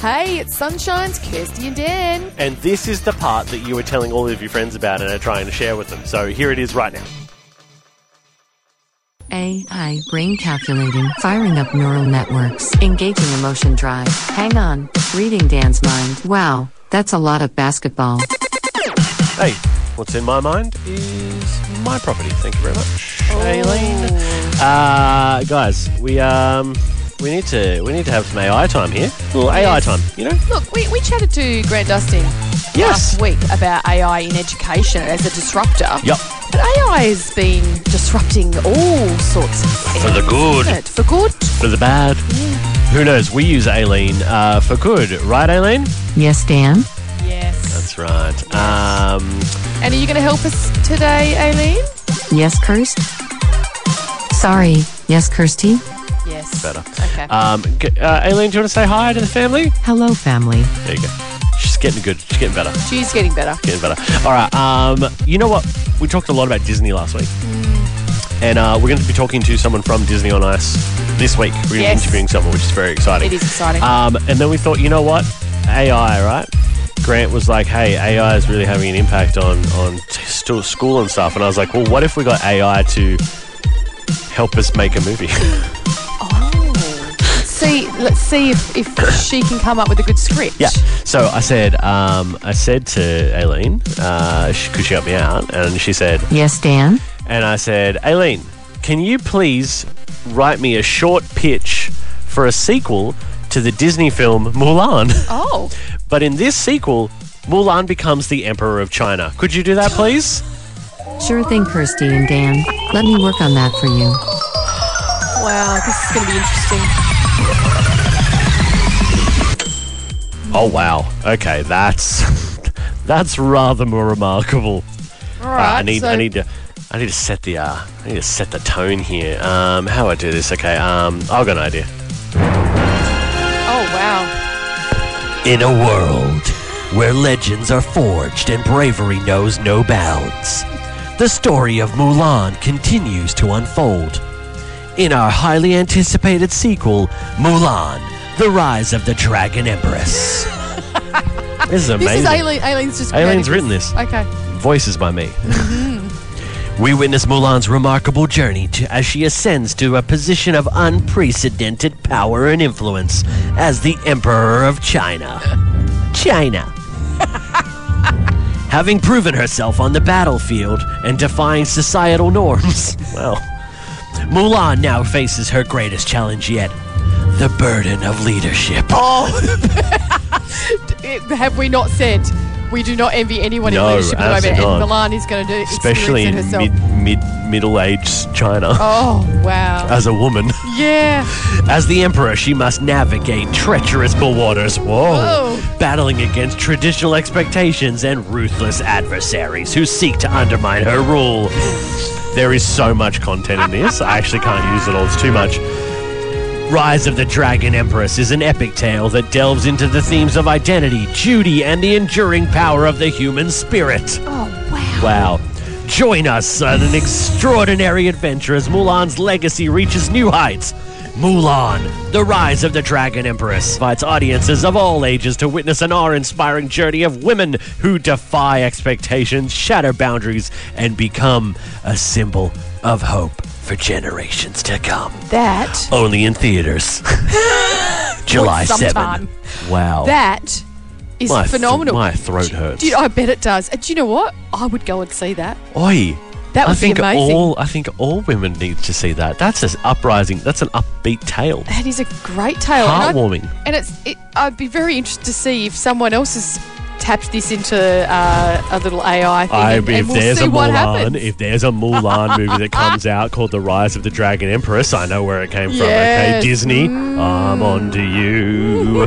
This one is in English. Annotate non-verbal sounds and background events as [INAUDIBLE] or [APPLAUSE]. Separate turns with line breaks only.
Hey, it's Sunshine's Kirsty and Dan.
And this is the part that you were telling all of your friends about and are trying to share with them. So here it is right now.
AI brain calculating, firing up neural networks, engaging emotion drive. Hang on, reading Dan's mind. Wow, that's a lot of basketball.
Hey, what's in my mind is my property. Thank you very much,
Oh.
Aileen. Uh, guys, we um, we need to we need to have some AI time here. A little AI
Yes.
time, you know?
Look, we, we chatted to Grant Dustin
Yes.
last week about AI in education as a disruptor.
Yup.
But AI has been disrupting all sorts of
For the good.
it? For good.
For the bad. Who knows? We use Aileen uh, for good, right, Aileen?
Yes, Dan?
Yes.
That's right. Um,
And are you going to help us today, Aileen?
Yes, Kirst? Sorry, yes, Kirsty?
Yes.
better.
Okay.
Um, g- uh, Aileen, do you want to say hi to the family?
Hello, family.
There you go. She's getting good. She's getting better.
She's getting better.
getting better. All right. Um, you know what? We talked a lot about Disney last week,
Mm.
and uh, we're going to be talking to someone from Disney on Ice this week. We're going to be
Yes.
interviewing someone, which is very exciting.
It is exciting.
Um, and then we thought, you know what? AI, right? Grant was like, "Hey, AI is really having an impact on on t- stu- school and stuff." And I was like, "Well, what if we got AI to help us make a movie?" [LAUGHS]
see, let's see if, if she can come up with a good script.
Yeah. So I said, um, I said to Aileen, uh, she, could she help me out? And she said,
Yes, Dan?
and I said, Aileen, can you please write me a short pitch for a sequel to the Disney film
[LAUGHS]
Mulan? [LAUGHS]
Oh,
but in this sequel, Mulan becomes the Emperor of China. Could you do
[LAUGHS]
that, please?
Sure thing, Kirsty and Dan. Let me work on that for you.
wow. This is going to be interesting.
oh, wow. Okay, that's [LAUGHS] that's rather more remarkable.
All
Uh,
right.
I need
so
I need to I need to set the uh, I need to set the tone here. Um, how do I do this? Okay. Um, I've got an idea.
Oh, wow.
In a world where legends are forged and bravery knows no bounds, the story of Mulan continues to unfold. In our highly anticipated sequel, Mulan, The Rise of the Dragon Empress. [LAUGHS] this is amazing.
This is Aileen. Aileen's just. created
Aileen's written this.
Okay.
Voices by me.
Mm-hmm.
we witness Mulan's remarkable journey to, as she ascends to a position of unprecedented power and influence as the Emperor of China. China.
[LAUGHS]
Having proven herself on the battlefield and defying societal norms. Well, Mulan now faces her greatest challenge yet the burden of leadership.
Oh, It- have we not said we do not envy anyone
No,
in leadership at the moment?
absolutely
And
not.
Milan is going to do
Especially in
experience it herself.
mid, mid, middle aged China,
oh wow!
as a woman.
yeah,
As the Emperor, she must navigate treacherous waters. Whoa.
Whoa.
Battling against traditional expectations and ruthless adversaries who seek to undermine her rule. There is so much content in this. I actually can't use it all. It's too much. Rise of the Dragon Empress is an epic tale that delves into the themes of identity, duty, and the enduring power of the human spirit. Wow. Join us on an extraordinary adventure as Mulan's legacy reaches new heights. Mulan, The Rise of the Dragon Empress, invites audiences of all ages to witness an awe inspiring journey of women who defy expectations, shatter boundaries, and become a symbol of hope for generations to come.
that
Only in
[LAUGHS]
theaters. [LAUGHS] July
sometime.
7. Wow.
that is
my th-
phenomenal.
my throat hurts.
Do you- I bet it does. And do you know what? I would go and see that.
Oi.
That
I
would be
think
amazing.
all I think all women need to see that. That's an uprising. That's an
[LAUGHS]
upbeat tale.
That is a great tale.
Heartwarming.
And, I, and it's. It, I'd be very interested to see if someone else has tapped this into uh, a little AI thing.
I,
and, and
if
we'll
there's
see
a
what
Mulan,
happens.
if there's a
[LAUGHS]
Mulan movie that comes out called The Rise of the Dragon Empress, I know where it came from.
Yes. Mm.
Okay, Disney, I'm on
[LAUGHS]
to you.